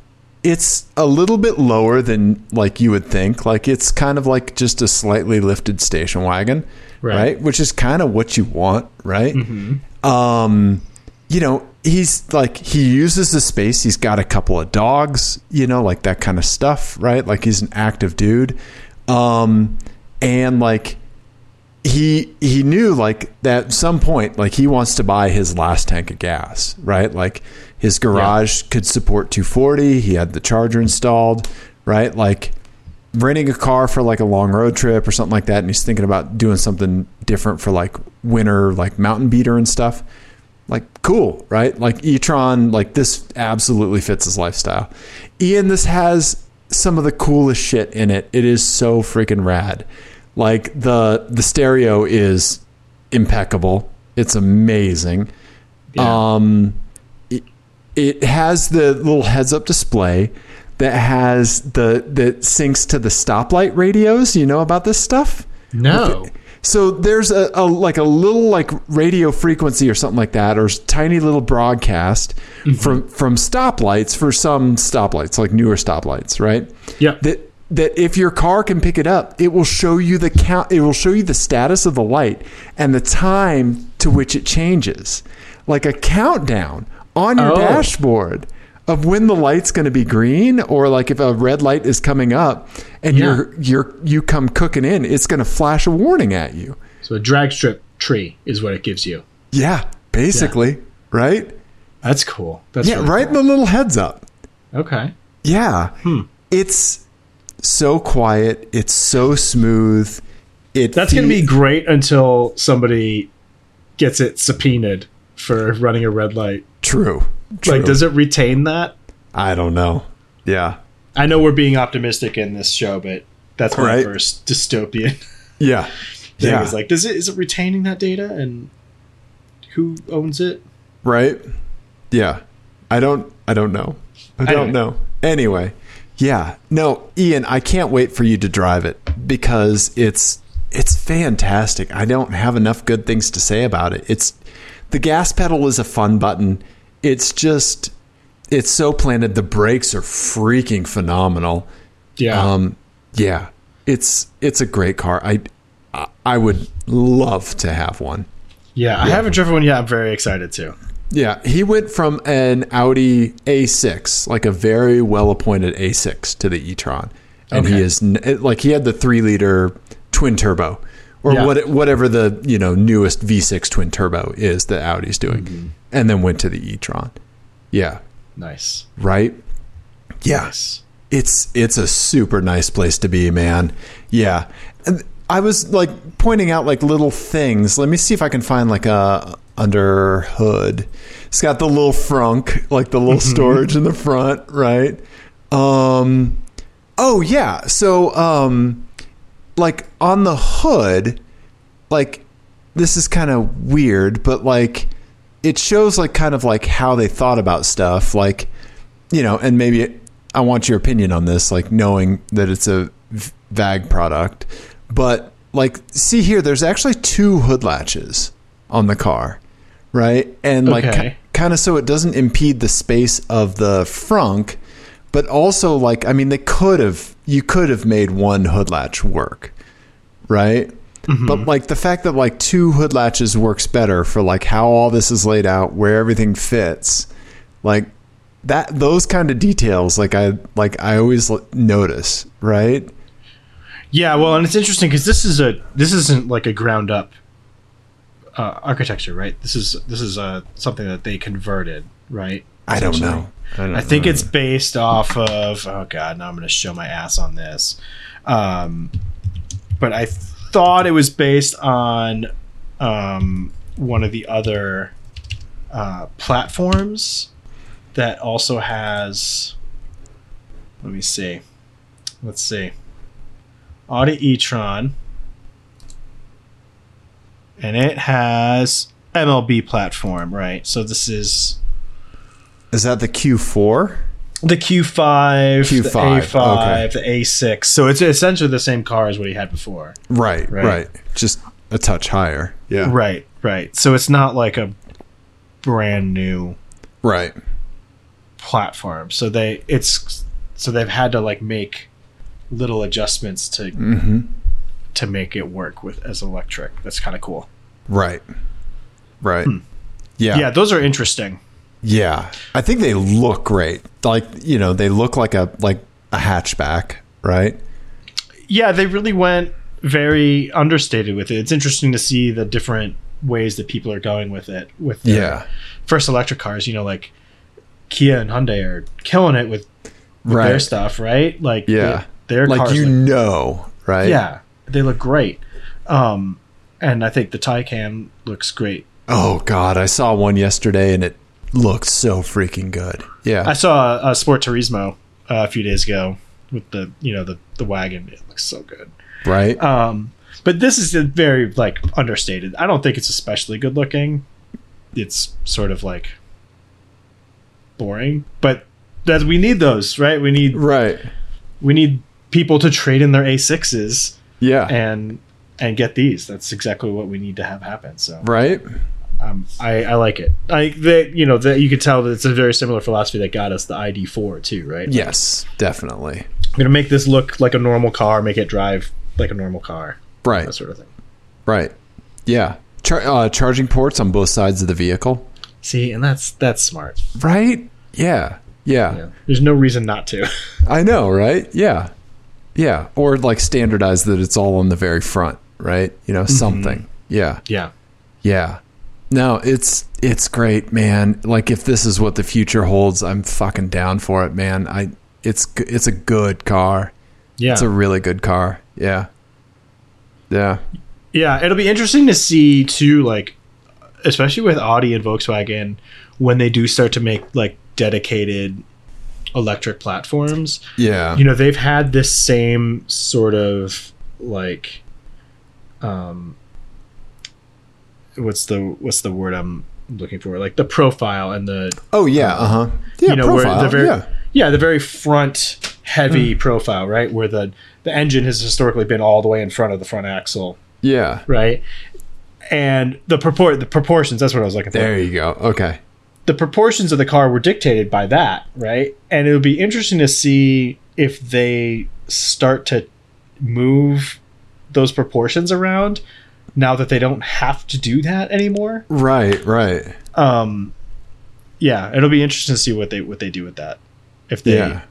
it's a little bit lower than like you would think. Like, it's kind of like just a slightly lifted station wagon, Right. right? Which is kind of what you want, right? Um, you know, he's like he uses the space. He's got a couple of dogs, you know, like that kind of stuff, right? Like he's an active dude. Um, and like he he knew like that at some point like he wants to buy his last tank of gas right like his garage could support 240 he had the charger installed right like renting a car for like a long road trip or something like that and he's thinking about doing something different for like winter like mountain beater and stuff like cool right like e-tron like this absolutely fits his lifestyle ian this has some of the coolest shit in it it is so freaking rad like the the stereo is impeccable it's amazing Yeah. um it, it has the little heads up display that has the that syncs to the stoplight radios you know about this stuff no. so there's a, a like a little like radio frequency or something like that, or s- tiny little broadcast from from stoplights for some stoplights, like newer stoplights, right? Yeah. That that if your car can pick it up, it will show you the count. It will show you the status of the light and the time to which it changes, like a countdown on your Oh. dashboard of when the light's going to be green or like if a red light is coming up and Yeah. you're you're you come cooking in, it's going to flash a warning at you. So a drag strip tree is what it gives you. Yeah, basically, right? That's cool. Hmm. That's yeah, really right in the little heads up. cool. Okay. Yeah. It's so quiet, it's so smooth. It That's going to be fe- great until somebody gets it subpoenaed for running a red light. true. true. Like, does it retain that? I don't know. Yeah. I know we're being optimistic in this show, but that's my Right. first dystopian Yeah. thing. Yeah. Is like, does it is it retaining that data and who owns it? right? Yeah. I don't I don't know. I don't Anyway. know. Anyway, yeah. No, Ian, I can't wait for you to drive it because it's it's fantastic. I don't have enough good things to say about it. It's the gas pedal is a fun button. It's just it's so planted. The brakes are freaking phenomenal. Yeah. Um, yeah, it's it's a great car. I I- I would love to have one. yeah, I haven't driven one yet. I'm very excited too. Yeah, he went from an Audi A6, like a very well-appointed A6, to the e-tron, and he Okay. is n- it- like he had the three-liter twin turbo, or Yeah. what whatever the you know newest V6 twin turbo is that Audi's doing, Mm-hmm. and then went to the e-tron. Yeah, Nice. right. Yeah, Nice. it's it's a super nice place to be, man. Yeah. And I was like pointing out like little things. Let me see if I can find like a under hood. It's got the little frunk, like the little storage in the front, right? Um oh yeah. So um like on the hood, like this is kind of weird, but like it shows like kind of like how they thought about stuff, like you know, and maybe I want your opinion on this, like knowing that it's a v- VAG product, but like see here, there's actually two hood latches on the car, right? And like Okay. kind of so it doesn't impede the space of the frunk, but also like I mean they could have you could have made one hood latch work, right? But like the fact that like two hood latches works better for like how all this is laid out, where everything fits, like that those kind of details like I like I always l- notice, right? Yeah, well, and it's interesting because this is a this isn't like a ground up uh, architecture, right? This is this is uh, something that they converted, right? I don't Essentially. know. I, don't I think it's based off of. Oh god, now I'm going to show my ass on this. Um, but I thought it was based on um, one of the other uh, platforms that also has. Let me see. Let's see. Audi e-tron, and it has MLB platform, right? So this is is that the Q4? the Q5, the Q5, A5, the A6. So it's essentially the same car as what he had before. Right, right, Right. Just a touch higher. Yeah. Right, right. So it's not like a brand new Right. platform. So they it's so they've had to like make little adjustments to to make it work with as electric. That's kind of cool. Right. Right. Yeah. Yeah. those are interesting. Yeah, I think they look great. Like you know, they look like a like a hatchback, right? Yeah, they really went very understated with it. It's interesting to see the different ways that people are going with it with their- first electric cars, you know, like Kia and Hyundai are killing it with their right. stuff, right? Like Yeah. their, their Like cars, you look- know, right? yeah, they look great. Um, and I think the Taycan looks great. Oh God, I saw one yesterday and it looked so freaking good. I Yeah. saw a, a Sport Turismo uh, a few days ago with the you know the the wagon. It looks so good. right. Um, but this is a very like understated. I don't think it's especially good looking. It's sort of like boring, but that we need those, right? We need right. we need people to trade in their A6s Yeah. and and get these. That's exactly what we need to have happen. So right. um, I, I like it. I that you know that you could tell that it's a very similar philosophy that got us the ID4 too, right? Yes. Definitely. I'm gonna make this look like a normal car, make it drive like a normal car, Right. that sort of thing. Right. Yeah. Char- uh, charging ports on both sides of the vehicle. See, and that's that's smart. Right? Yeah. Yeah. Yeah. There's no reason not to. I know, right? Yeah. Yeah. Or like standardize that it's all on the very front, right? You know, something. Yeah. yeah. Yeah. No, it's it's great, man. Like if this is what the future holds, I'm fucking down for it, man. I it's g- it's a good car. Yeah. It's a really good car. Yeah. Yeah. Yeah, it'll be interesting to see too, like especially with Audi and Volkswagen, when they do start to make like dedicated electric platforms. Yeah. You know, they've had this same sort of like um what's the what's the word I'm looking for? Like the profile and the oh yeah, uh-huh. Yeah, you know profile. where the very yeah. yeah. the very front heavy profile, right? Where the the engine has historically been all the way in front of the front axle Yeah. right? And the purport, the proportions. That's what I was looking for. There you go. Okay. The proportions of the car were dictated by that, right? And it would be interesting to see if they start to move those proportions around now that they don't have to do that anymore. Right, right. Um, yeah, it'll be interesting to see what they what they do with that. If they, yeah.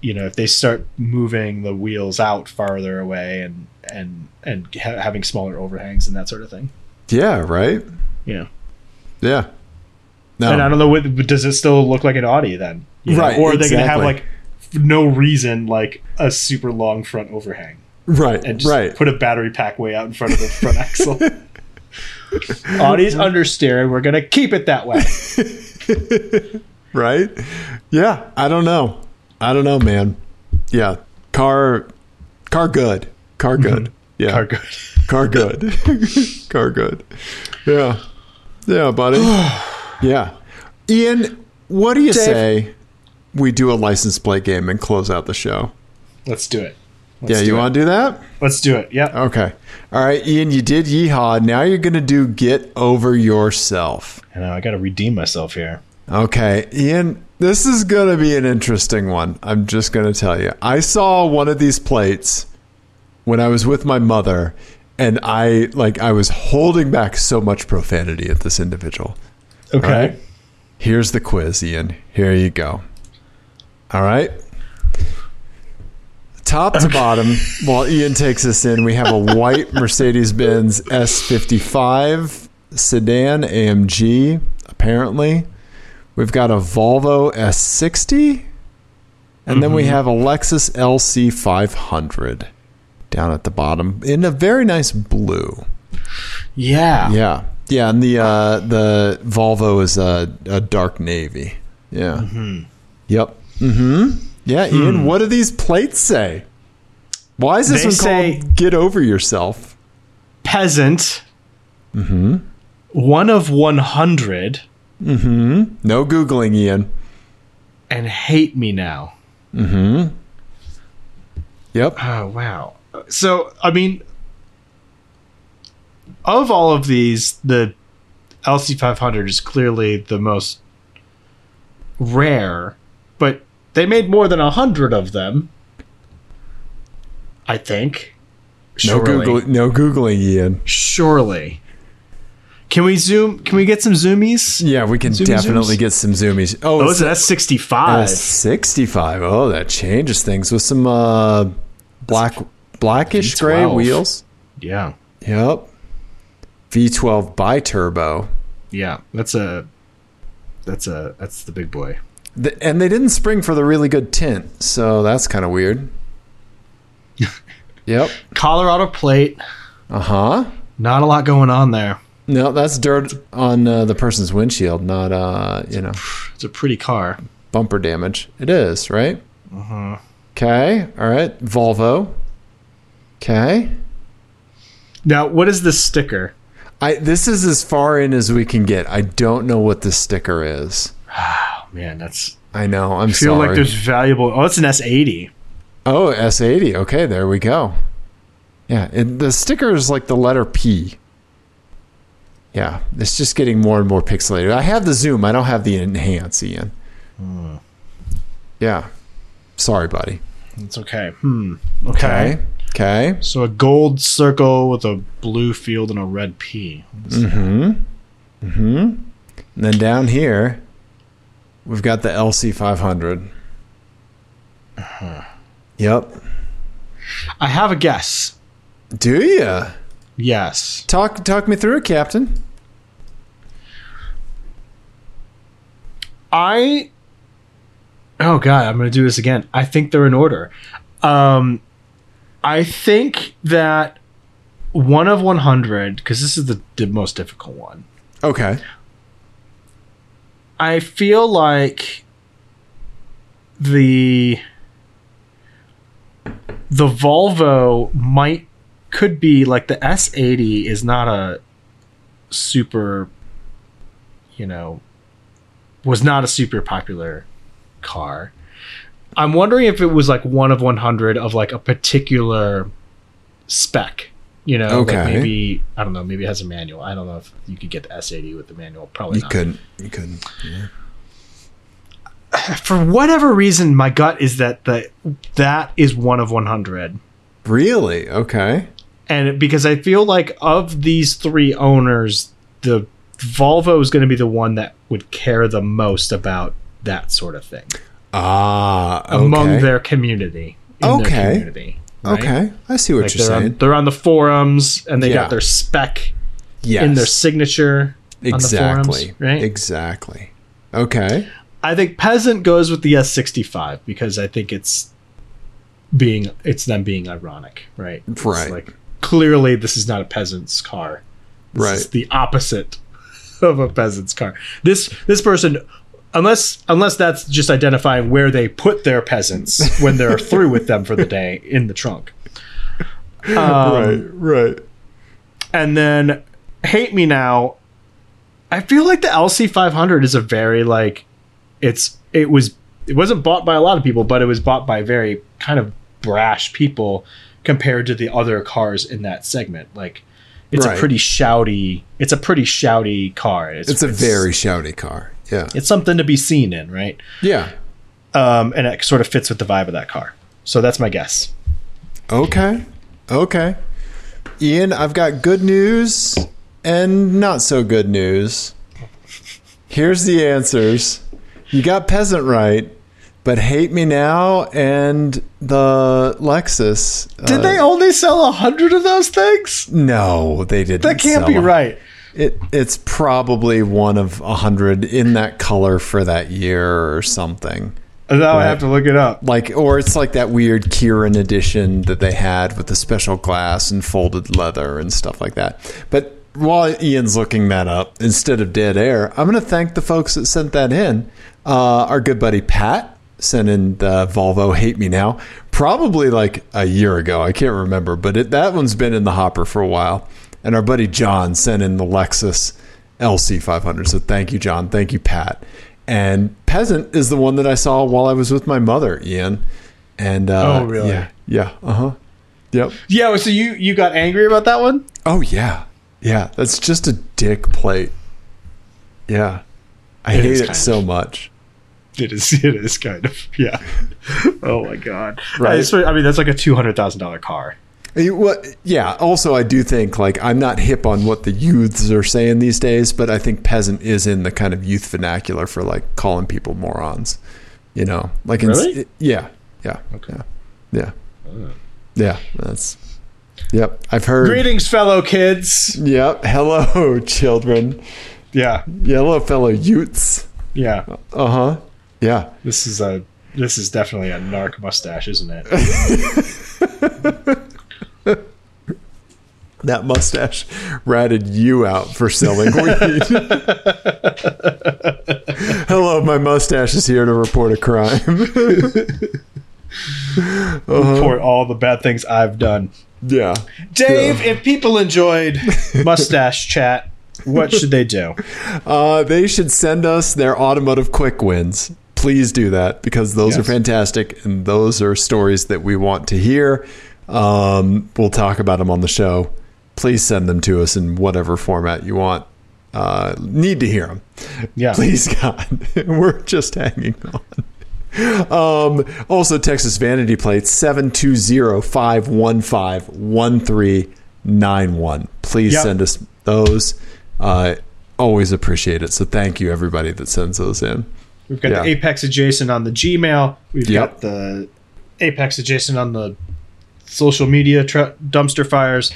you know, if they start moving the wheels out farther away and and and ha- having smaller overhangs and that sort of thing. Yeah, right? Yeah. Yeah. No. And I don't know what does it still look like an Audi then? You know? Oh. Right, Or are they going to have exactly. like f- no reason like a super long front overhang right, and just right. put a battery pack way out in front of the front axle? Audi's understeer. We're going to keep it that way. right? Yeah, I don't know. I don't know, man. Yeah, car, car good, car Oh, good. Yeah, Car good. car good, car good. Yeah, yeah, buddy. yeah, Ian, what do you say we do a license plate game and close out the show? Let's do it. yeah, do you it. want Oh. to do that? Let's do it. Yeah. Okay. All right, Ian, you did yeehaw. Now you're gonna do get over yourself. And I got to redeem myself here. Okay, Ian, this is going to be an interesting one. I'm just going to tell you. I saw one of these plates when I was with my mother and I like I was holding back so much profanity at this individual. Okay. right. Here's the quiz, Ian. Here you go. All right. Top to bottom, while Ian takes us in, we have a white Mercedes Benz S55 sedan AMG, apparently. We've got a Volvo S60. And then we have a Lexus LC500 down at the bottom in a very nice blue. Yeah. Yeah, yeah, and the uh, the Volvo is a, a dark navy. Yeah. Yep. Mm-hmm. Yeah, Ian. What do these plates say? Why is this They one say- called "Get Over Yourself"? Peasant. Mm-hmm. One of 100 No googling, Ian. and hate me now. Yep. Oh wow! So I mean, of all of these, the LC five hundred is clearly the most rare, but they made more than a hundred of them. I think. No googling. No googling, Ian. Surely. Can we zoom? Can we get some zoomies? Yeah, we can Zoomy definitely zooms? get some zoomies. Oh, Oh, it's that's sixty five. a sixty-five. Oh, that changes things with some uh, black, blackish gray V12. wheels. Yeah, Yep. V12 bi-turbo. yeah. That's a. That's a. That's the big boy. Th- and they didn't spring for the really good tint, so that's kind of weird. yep. Colorado plate. Uh huh. Not a lot going on there. No, that's dirt on uh, the person's windshield, not uh, you know, It's a pretty car. bumper damage. It is right. Mm-hmm. Okay. All right. Volvo. Okay. Now, what is this sticker? I this is as far in as we can get. I don't know what this sticker is. Oh man, that's I know. I'm feel sorry. like there's valuable. Oh, it's an S eighty. oh, S80. Okay, there we go. Yeah, and the sticker is like the letter P. Yeah, it's just getting more and more pixelated. I have the zoom. I don't have the enhance, Ian. Yeah. Sorry, buddy. It's okay. Hmm. Okay. Okay. Okay. So a gold circle with a blue field and a red P. And then down here, we've got the LC500. Uh-huh. Yep. I have a guess. Do you? Yes. Talk talk me through it, Captain. I Oh god, I'm gonna do this again. I think they're in order. Um, I think that one of 100 because this is the, the most difficult one. Okay. I feel like the the Volvo might could be like the S80 is not a super you know was not a super popular car. I'm wondering if it was like one of 100 of like a particular spec, you know, like Okay. maybe I don't know, maybe it has a manual. I don't know if you could get the S80 with the manual, probably You not. couldn't. You couldn't. for whatever reason, my gut is that the that is one of 100, Really? Okay. and it- because I feel like of these three owners, the Volvo is going to be the one that would care the most about that sort of thing Ah. Okay. among their community. In Okay. Their community right? Okay. I see what Like you're they're, on, saying. they're on the forums and they Yeah. got their spec Yes. in their signature on the exactly. forums, right? Exactly. Okay. I think peasant goes with the S65 because I think it's being it's them being ironic, right? It's Right. like clearly this is not a peasant's car. This Right. is the opposite of a peasant's car. This this person unless unless that's just identifying where they put their peasants when they're through with them for the day in the trunk. Um, Right. Right. and then hate me now i feel like the lc500 is a very like it's it was it wasn't bought by a lot of people but it was bought by very kind of brash people compared to the other cars in that segment like it's Right. a pretty shouty it's a pretty shouty car It's a very shouty car. Yeah. it's something to be seen in right Yeah. um and it sort of fits with the vibe of that car so that's my guess Okay. Okay. Ian, I've got good news and not so good news. Here's the answers. You got peasant right, but hate me now and the Lexus. did uh, they only sell a hundred of those things No, they didn't. that can't sell be them. right It, it's probably one of a hundred in that color for that year or something. now i have to look it up Like, or it's like that weird Kieran edition that they had with the special glass and folded leather and stuff like that. But while Ian's looking that up, instead of dead air, I'm going to thank the folks that sent that in. Uh, our good buddy Pat sent in the Volvo Hate Me Now, probably like a year ago. I can't remember, but it, that one's been in the hopper for a while. And our buddy John sent in the Lexus LC500. So thank you, John. Thank you, Pat. And Peasant is the one that I saw while I was with my mother, Ian. And uh, Oh, really? Yeah. Yeah. Uh huh. Yep. Yeah, so you you got angry about that one? Oh yeah, yeah. That's just a dick plate. Yeah, I It is hate kind it of. so much. It is it is kind of yeah. oh my god! Right. I, swear- I mean, that's like a two hundred thousand dollar car. You- What? Yeah. Also, I do think like I'm not hip on what the youths are saying these days, but I think peasant is in the kind of youth vernacular for like calling people morons. You know, like in, Really? yeah, yeah, Okay. yeah, yeah. That's yep. I've heard. Greetings, fellow kids. Yep. Hello, children. Yeah, Yellow fellow youths. yeah. Uh huh. Yeah. This is a this is definitely a narc mustache, isn't it? that mustache ratted you out for selling weed. Hello, my mustache is here to report a crime. For all the bad things I've done, yeah. Dave. If people enjoyed mustache chat, what should they do? Uh, they should send us their automotive quick wins. Please do that because those Yes. are fantastic and those are stories that we want to hear. Um, we'll talk about them on the show. Please send them to us in whatever format you want. Uh, need to hear them. Yeah, Please, God. We're just hanging on. Um, also, Texas Vanity Plate 720-515-1391. Please Yep. send us those. Uh, always appreciate it. So thank you everybody that sends those in. We've got the Yeah. Apex Adjacent on the Gmail. We've Yep. got the Apex Adjacent on the social media tr- dumpster fires.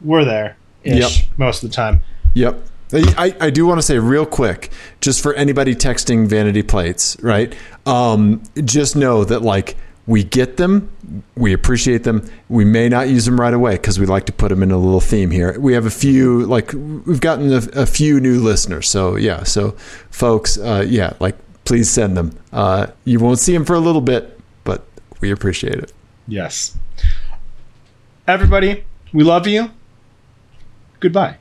We're there ish most of the time. Yep. I, I I do want to say real quick, just for anybody texting vanity plates, right? Um, just know that like we get them, we appreciate them. We may not use them right away because we like to put them in a little theme here. We have a few like we've gotten a, a few new listeners, so yeah. So folks, uh, yeah, like please send them. Uh, you won't see them for a little bit, but we appreciate it. Yes. Everybody, we love you. Goodbye.